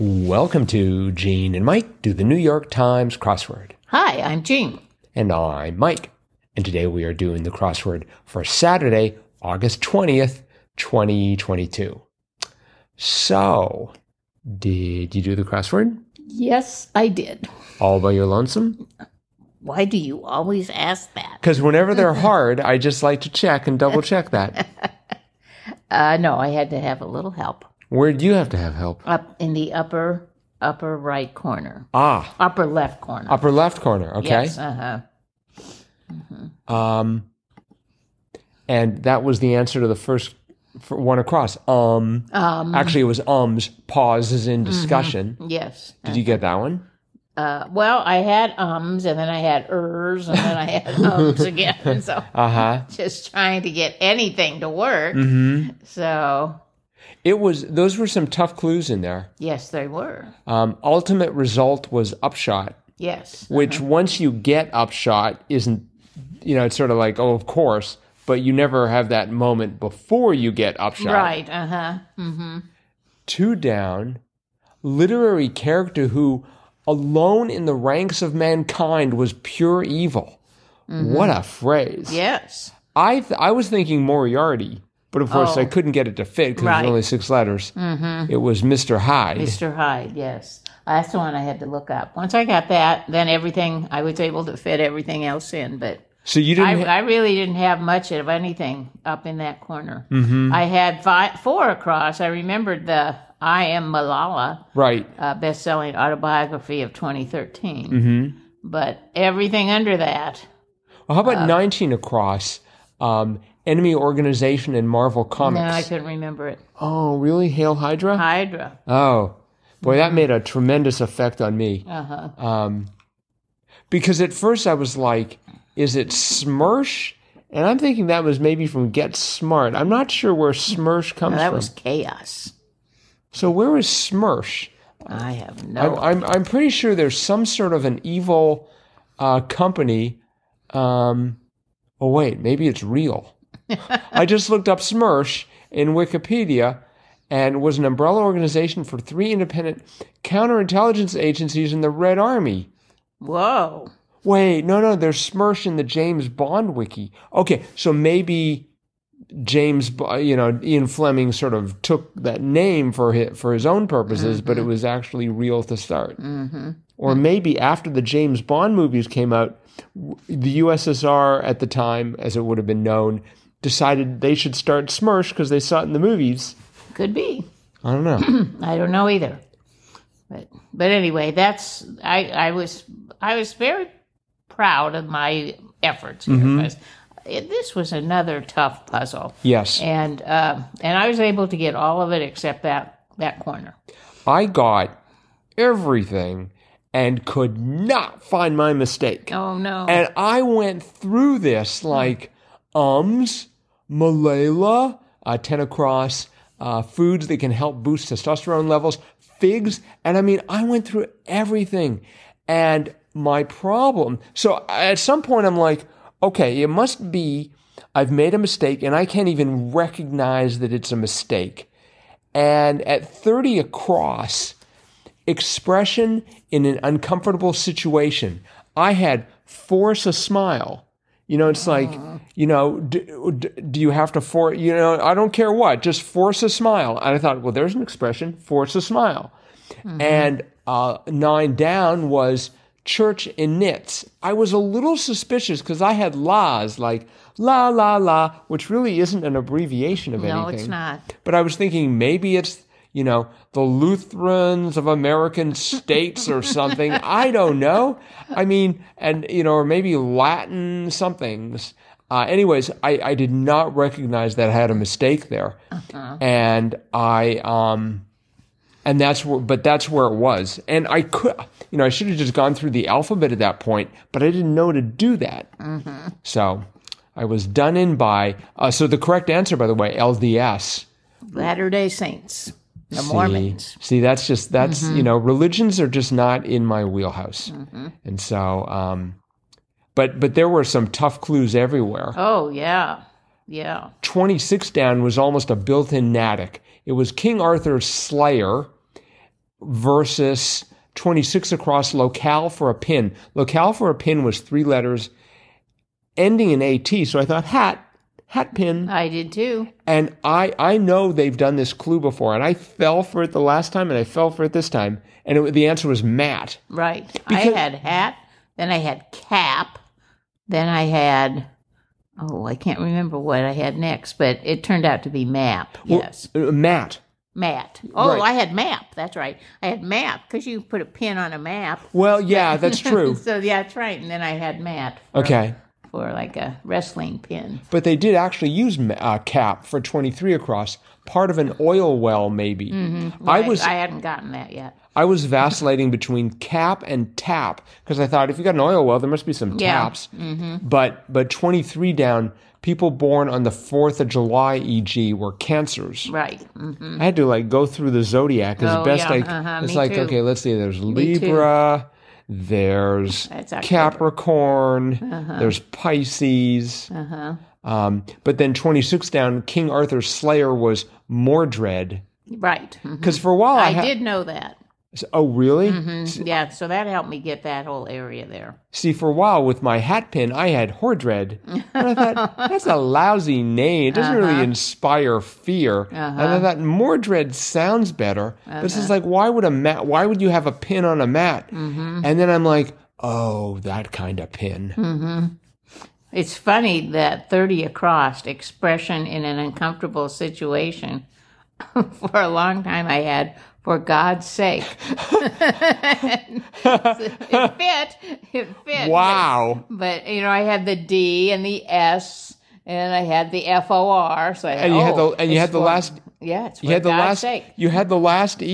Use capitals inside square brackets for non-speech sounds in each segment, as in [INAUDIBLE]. Welcome to Gene and Mike do the New York Times crossword. Hi, I'm Jean. And I'm Mike. And today we are doing the crossword for Saturday, August 20th, 2022. So, did you do the crossword? Yes, I did. All by your lonesome? Why do you always ask that? Because whenever they're hard, I just like to check and double check that. Uh, no, I had to have a little help Where do you have to have help? up in the upper upper right corner, Ah, upper left corner. upper left corner. Okay. Yes, uh huh. Um, and that was the answer to the first f one across. Um, Um, Mm-hmm. actually, it was ums, pauses in discussion. Yes. Did you get that one? Uh, well, I had ums and then I had ers and then I [LAUGHS] had ums again. [LAUGHS] So Uh huh. just trying to get anything to work. Mm-hmm. hmm So It was. Those were some tough clues in there. yes, they were. Um, ultimate result was upshot, Yes. which once you get upshot, isn't you know? It's sort of like oh, of course, but you never have that moment before you get upshot. Right. Uh huh. Mm-hmm. two down, literary character who, alone in the ranks of mankind, was pure evil. What a phrase! Yes. I th- I was thinking Moriarty, but of course Oh. I couldn't get it to fit because it Right. was only six letters. It was Mm-hmm. Mister Hyde. Mr. Hyde, yes. That's the one I had to look up. Once I got that, then everything, I was able to fit everything else in, but So you I, didn't. ha- I really didn't have much of anything up in that corner. Mm-hmm. I had five, four across. I remembered the I Am Malala right. uh, best selling autobiography of 2013. Mm-hmm. But everything under that, Well, how about nineteen across? Um, enemy organization and Marvel no, I Comics. couldn't remember it. oh, really? Hail Hydra. Hydra. Oh, boy, that made Mm-hmm. a tremendous effect on me. Uh-huh. Um, because at first I was like, is it Smirsh? And I'm thinking that was maybe from Get Smart. I'm not sure where Smirsh comes No, that from. was chaos. So where is Smirsh? I have I'm, no. I'm, I'm pretty sure there's some sort of an evil uh, company. Um, oh, wait, maybe it's real. I just looked up Smirsh in Wikipedia and was an umbrella organization for three independent counterintelligence agencies in the Red Army. Whoa. Wait, no, no, there's Smirsh in the James Bond wiki. Okay, so maybe James, Bo- you know, Ian Fleming sort of took that name for his, for his own purposes, but it was actually real to start. Or maybe after the James Bond movies came out, w- the USSR at the time, as it would have been known, decided they should start Smirsh because they saw it in the movies. Could be. I don't know. I don't know either. But but anyway, that's I I was I was very proud of my efforts here Mm-hmm. 'cause it- this was another tough puzzle, yes. and uh, and I was able to get all of it except that that corner. I got everything and could not find my mistake. Oh no! And I went through this like ums, Malala, uh, 10 across, uh, foods that can help boost testosterone levels, figs. And I mean, I went through everything. And my problem, so at some point, I'm like, okay, it must be I've made a mistake and I can't even recognize that it's a mistake. And at 30 across, expression in an uncomfortable situation. I had force a smile. You know, it's like, you know, do, d do you have to force, you know, I don't care what, just force a smile. And I thought, well, there's an expression, force a smile. Mm-hmm. And uh, nine down was church in knits. I was a little suspicious because I had la's, like la, la, la, which really isn't an abbreviation of anything. no, it's not. But I was thinking maybe it's, you know, the Lutherans of American states or something. I don't know. I mean, and, you know, or maybe Latin somethings. Uh, anyways, I, I did not recognize that I had a mistake there. And I, um, and that's where, but that's where it was. And I could, you know, I should have just gone through the alphabet at that point, but I didn't know to do that. So I was done in by, uh, so the correct answer, by the way, LDS. Latter Day Saints, the See- Mormons. Mm-hmm. See, that's just that's you know, religions are just not in my wheelhouse, and so, um, but but there were some tough clues everywhere. Oh yeah, yeah. Twenty six down was almost a built in Natick. It was King Arthur's Slayer, versus 26 across locale for a pin. Locale for a pin was three letters ending in AT. So I thought hat, hat pin. I did too. And I, I know they've done this clue before and I fell for it the last time and I fell for it this time. And it, the answer was Matt. Right. I had hat, then I had cap, then I had oh, I can't remember what I had next, but it turned out to be map. Yes. Uh, Matt. Matt. Oh, Right. I had map. That's right. I had map because you put a pin on a map. Well, yeah, that's [LAUGHS] true. So yeah, that's right. And then I had Matt for, Okay. for like a wrestling pin. But they did actually use ma- uh, cap for 23 across, part of an oil well, maybe. I was Mm-hmm. I hadn't gotten that yet. I was vacillating between cap and tap because I thought if you got an oil well, there must be some Yeah. Mm-hmm. taps. But but 23 down, people born on the 4th of July, e.g., were cancers. Right. Mm-hmm. I had to like go through the zodiac as Oh, best yeah. I. Uh-huh, it's me like too. okay, let's see. There's too. Libra. There's That's October. Capricorn. There's Pisces. Uh-huh. Um, but then 26 down, King Arthur's Slayer was Mordred. Right. Mhm. Because for a while I, I ha- did know that. Oh, really? Mhm. Yeah, so that helped me get that whole area there. See, for a while with my hat pin, I had Hordred. And I [LAUGHS] thought, that's a lousy name. It doesn't Uh-huh. really inspire fear. And I thought, Mordred sounds better. This Uh-huh. is like, why would a mat, why would you have a pin on a mat? Mm-hmm. And then I'm like, oh, that kind of [LAUGHS] pin. It's funny that 30 across expression in an uncomfortable situation. [LAUGHS] for a long time, I had, for God's sake. [LAUGHS] it fit. It fit. Wow. But, you know, I had the D and the S. And I had the FOR, so I oh, And you had the- and you it's had the for- last- yeah, it's for You had the God's last, sake. you had the last E.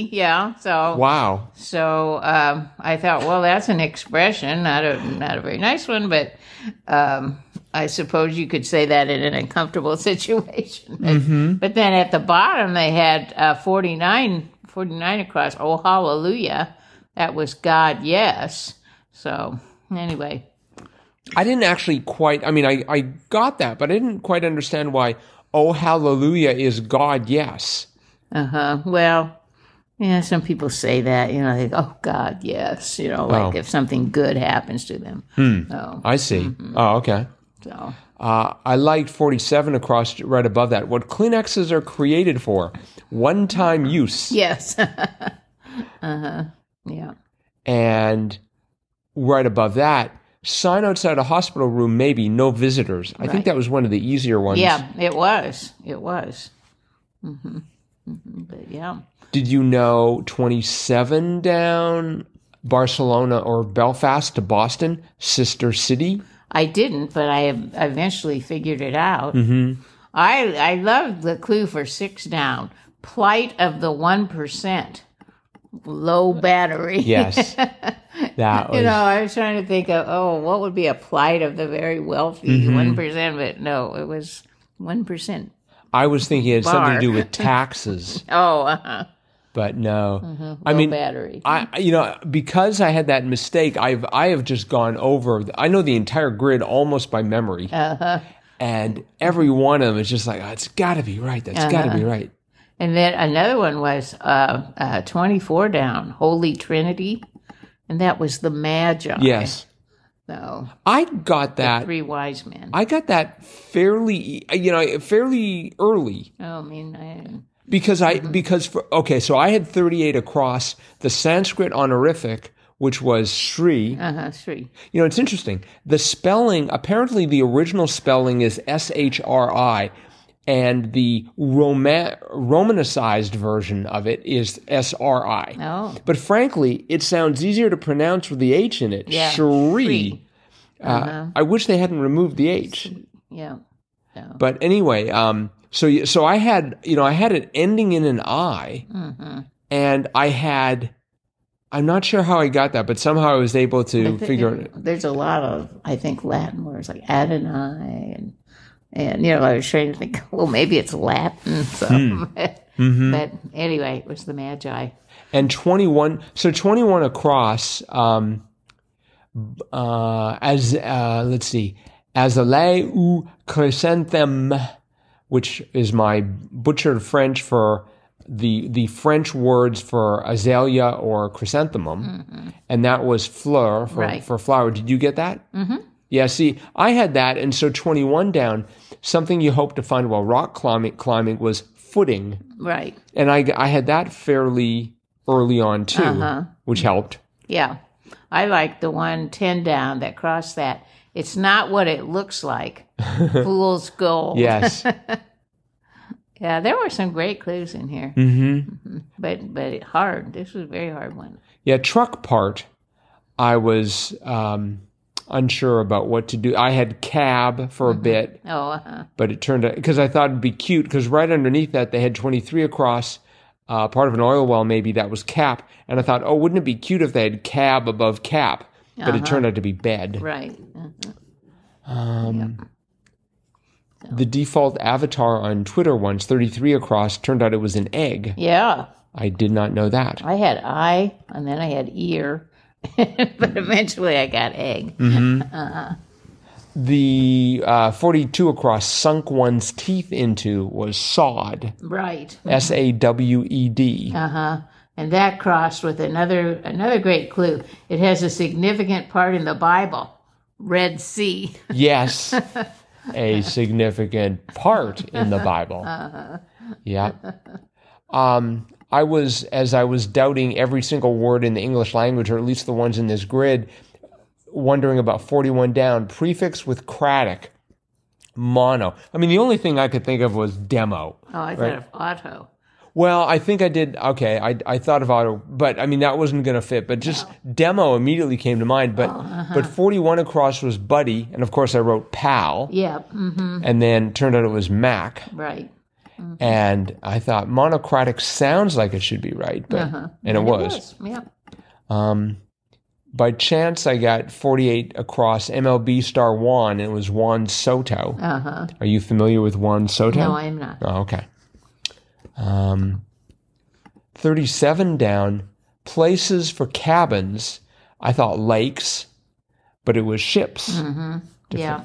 E, yeah, so Wow. So um, I thought, well, that's an expression, not a not a very nice one, but um, I suppose you could say that in an uncomfortable [LAUGHS] situation. But then at the bottom, they had uh, 49, 49 across. Oh, hallelujah! That was God, yes. So anyway, I didn't actually quite, I mean, I, I got that, but I didn't quite understand why, oh, hallelujah is God, yes. uh huh. Well. Yeah, some people say that, you know, like, oh God, yes, you know, like Oh. if something good happens to them. So, I see. Mm-hmm. Oh, okay. so, Uh, I liked 47 across right above that. What Kleenexes are created for one time Mm-hmm. use. yes. [LAUGHS] uh huh. Yeah. And right above that, sign outside a hospital room, maybe no visitors. I think that was one of the easier ones. Yeah, it was. It was. hmm hmm But yeah, Did you know 27 down Barcelona or Belfast to Boston, sister city? I didn't, but I eventually figured it out. Mm-hmm. I I loved the clue for six down. Plight of the one percent, low battery. Yes. that was. [LAUGHS] You know, I was trying to think of oh, what would be a plight of the very wealthy Mm-hmm. one but no, it was one percent. I was thinking it had something to Bar. Mm. do with [LAUGHS] taxes, Oh, uh-huh. but no. I low mean, battery. I I- you know because I had that mistake, I've I have just gone over. I know the entire grid almost by memory, and every one of them is just like oh, it's got to be right. That's got to be right. And then another one was uh, uh, 24 down, Holy Trinity. And that was the Magi. Yes, So, I got that. three wise men. I, I got that fairly, you know, fairly early oh, I mean, I, because I because for okay, so I had thirty eight across the Sanskrit honorific, which was Sri. uh-huh, three. You know, it's interesting. The spelling, apparently, the original spelling is S H R I, and the Roma- Romanicized version of it is S R I. Oh. But frankly, it sounds easier to pronounce with the H in it. Yeah, Shree. Sri. Uh, I wish they hadn't removed the H. Yeah. But anyway, um, so you- so I had you know I had it ending in an I, and I had. I'm not sure how I got that, but somehow I was able to figure it. There's a lot of, I think, Latin words like Adonai. And, and, you know, I was trying to think, [LAUGHS] well, maybe it's Latin. So. Hmm. [LAUGHS] But, Mm-hmm. anyway, it was the Magi. and 21 so 21 across um uh as uh let's see azalea ou chrysanthemum which is my butchered french for the the French words for azalea or chrysanthemum, and that was fleur for, Right. for flower. Did you get that? Mm-hmm. Yeah. See, I had that, and so twenty one down. Something you hope to find while rock climbing climbing was footing, Right. and I I had that fairly early on too, which helped. Yeah. I like the one 10 down that crossed that. It's not what it looks like. Fool's gold. Yes. Yeah, there were some great clues in here. Mhm. [LAUGHS] But but it- hard. This was a very hard one. Yeah, truck part. I was um, unsure about what to do. I had cab for a bit, Oh, uh-huh. but it turned out because I thought it'd be cute because right underneath that they had 23 across, uh, part of an oil well maybe that was cap, and I thought, oh, wouldn't it be cute if they had cab above cap? But it turned out to be bed. right. Uh, The default avatar on Twitter once, 33 across, turned out it was an egg. Yeah. I did not know that. I had eye and then I had ear. [LAUGHS] but eventually I got egg. The uh, 42 across sunk one's teeth into was sawed. Mm-hmm. Right. S A W E D. And that crossed with another another great clue. It has a significant part in the Bible. Red Sea. [LAUGHS] Yes, a significant part in the Bible. Yeah. Um, I was, as I was doubting every single word in the English language, or at least the ones in this grid, wondering about 41 down, prefix with craddock, mono. I mean, the only thing I could think of was demo. Oh, I thought of auto. Well, I think I did. Okay, I, I thought of auto, but I mean that wasn't going to fit. But just demo immediately came to mind. But but forty one across was buddy, and of course I wrote pal, Yeah. Mm-hmm. and then turned out it was Mac, Right. and I thought monocratic sounds like it should be right, but and it was. Yeah. By chance, I got forty eight across MLB star Juan, and it was Juan Soto. Uh-huh. Are you familiar with Juan Soto? No, I'm not. Oh, okay. Um, 37 down, places for cabins. I thought lakes, but it was ships. Yeah.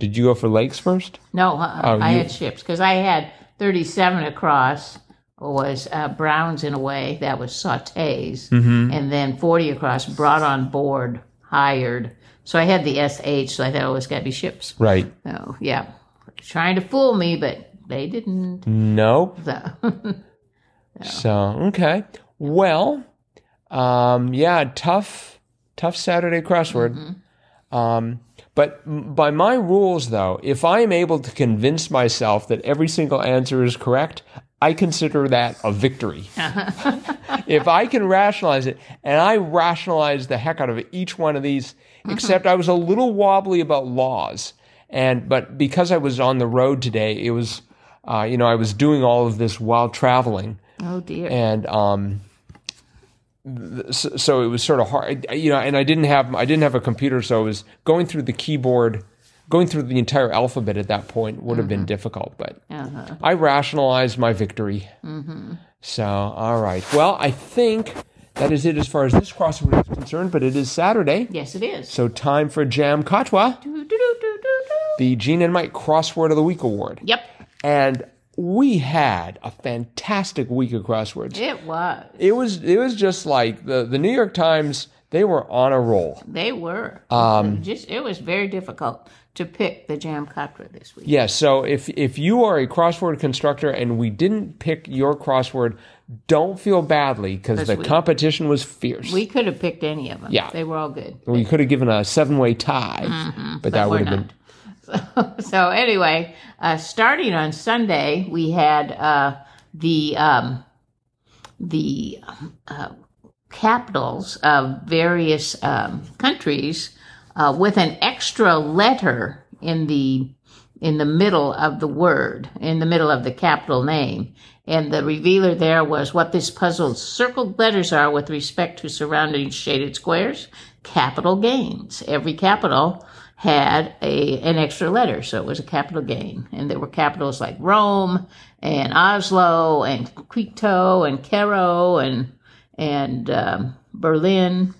Did you go for lakes first? No, uh, I you- had ships because I had 37 across was uh, Browns in a way that was sautés, and then 40 across brought on board, hired. So I had the SH, so I thought oh, it's got to be ships. Right. So yeah, trying to fool me, but they didn't. Nope. So, [LAUGHS] So, okay. Well, um, yeah, tough, tough Saturday crossword. Um, but m- by my rules, though, if I am able to convince myself that every single answer is correct, I consider that a victory. if I can rationalize it, and I rationalized the heck out of each one of these, except I was a little wobbly about laws. And but because I was on the road today, it was, uh, you know, I was doing all of this while traveling oh dear. and um, th- so, so it was sort of hard, you know. And I didn't have I didn't have a computer, so I was going through the keyboard, going through the entire alphabet at that point would have been difficult. But Uh-huh. I rationalized my victory. So all right, well, I think that is it as far as this crossword is concerned. But it is Saturday, Yes, it is. so time for Jam Katwa, Doo, doo, doo, doo, doo, doo. the Gene and Mike Crossword of the Week Award, Yep, and we had a fantastic week of crosswords. it was. it was it was just like the the New York Times they were on a roll. They were. just it was very difficult to pick the jam catra this week. Yeah, so if if you are a crossword constructor and we didn't pick your crossword, don't feel badly because the we- competition was fierce. We could have picked any of them. Yeah. They were all good. we could have given a seven way tie, but that Mm-hmm. we're would have been So anyway, uh, starting on Sunday, we had uh, the um, the um, uh, capitals of various um, countries uh, with an extra letter in the in the middle of the word, in the middle of the capital name. And the revealer there was what this puzzle's circled letters are with respect to surrounding shaded squares, capital gains. Every capital had a, an extra letter, so it was a capital gain. And there were capitals like Rome and Oslo and Quito and Cairo and, and um, Berlin,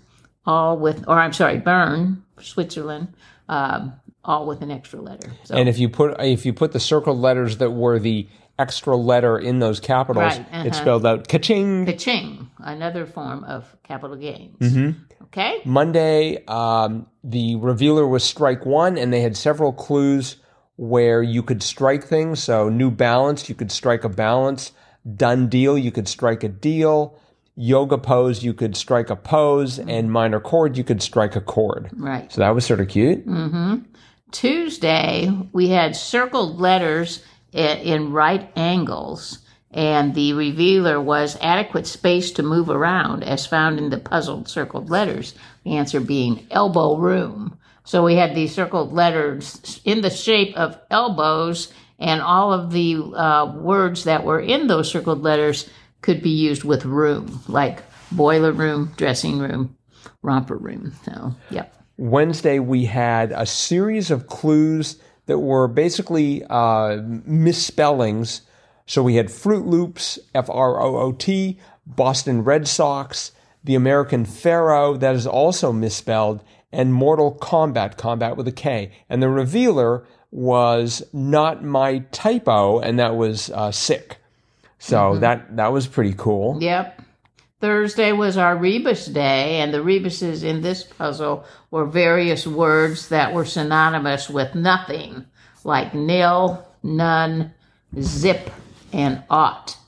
all with, or I'm sorry, Bern, Switzerland, um, all with an extra letter. So And if you put if you put the circled letters that were the extra letter in those capitals, Right, uh-huh. it's spelled out ka-ching. Kaching, another form of capital gains. Okay? Monday, um, the revealer was strike one, and they had several clues where you could strike things. So, New Balance, you could strike a balance. Done deal, you could strike a deal. Yoga pose, you could strike a pose. And minor chord, you could strike a chord. Right. So, that was sort of cute. Tuesday, we had circled letters i- in right angles, and the revealer was adequate space to move around as found in the puzzled circled letters, the answer being elbow room. So we had these circled letters in the shape of elbows, and all of the uh, words that were in those circled letters could be used with room, like boiler room, dressing room, romper room. So, yep. Wednesday, we had a series of clues that were basically uh, misspellings. So we had Fruit Loops, F R O O T, Boston Red Sox, the American Pharaoh, that is also misspelled, and Mortal Kombat, Combat with a K. And the revealer was not my typo, and that was uh, sick. So that that was pretty cool. Yep. Thursday was our rebus day, and the rebuses in this puzzle were various words that were synonymous with nothing, like nil, none, zip, and ought.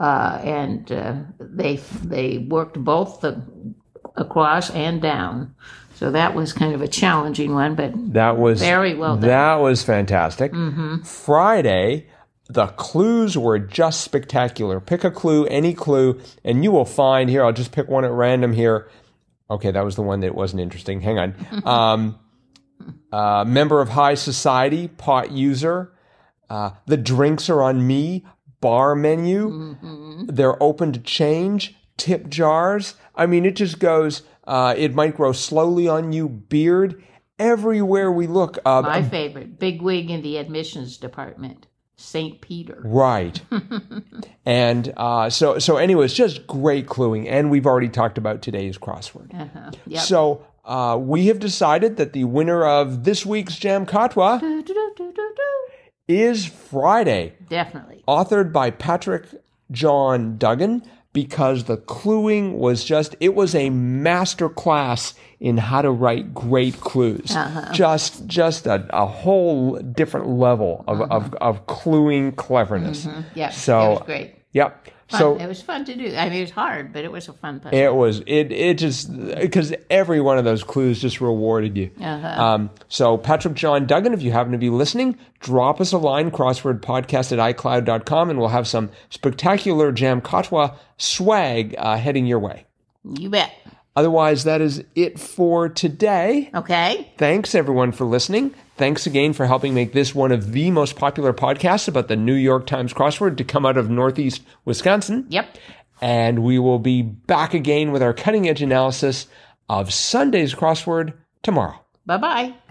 Uh, and uh, they they worked both the across and down, so that was kind of a challenging one. But That was Very well done. Mm-hmm. That was fantastic. Friday, the clues were just spectacular. Pick a clue, any clue, and you will find here. I'll just pick one at random here. Okay, that was the one that wasn't interesting. Hang [LAUGHS] on. Um, uh, member of high society, pot user. Uh, the drinks are on me. Bar menu. Mm-hmm. They're open to change. Tip jars. I mean, it just goes. Uh, it might grow slowly on you. Beard. Everywhere we look. Uh, my favorite, big wig in the admissions department, Saint Peter. Right. and uh, so so anyway, it's just great cluing, and we've already talked about today's crossword. Uh-huh. Yep. So uh, we have decided that the winner of this week's Jam Katwa Do-do-do-do-do-do. is Friday, Definitely. authored by Patrick John Duggan, because the cluing was just it was a master class in how to write great clues. Uh-huh. Just just a, a whole different level of, of, of cluing cleverness. Yeah. So- Uh-huh. Mm-hmm. it was great. Yep. Fun. So it was fun to do. I mean, it was hard, but it was a fun puzzle. it was it it just because every one of those clues just rewarded you. Uh-huh. Um, so Patrick John Duggan, if you happen to be listening, drop us a line crossword podcast at iCloud.com and we'll have some spectacular Jam Katwa swag uh, heading your way. you bet. Otherwise, that is it for today. Okay. Thanks everyone for listening. Thanks again for helping make this one of the most popular podcasts about the New York Times crossword to come out of Northeast Wisconsin. Yep. And we will be back again with our cutting edge analysis of Sunday's crossword tomorrow. Bye bye.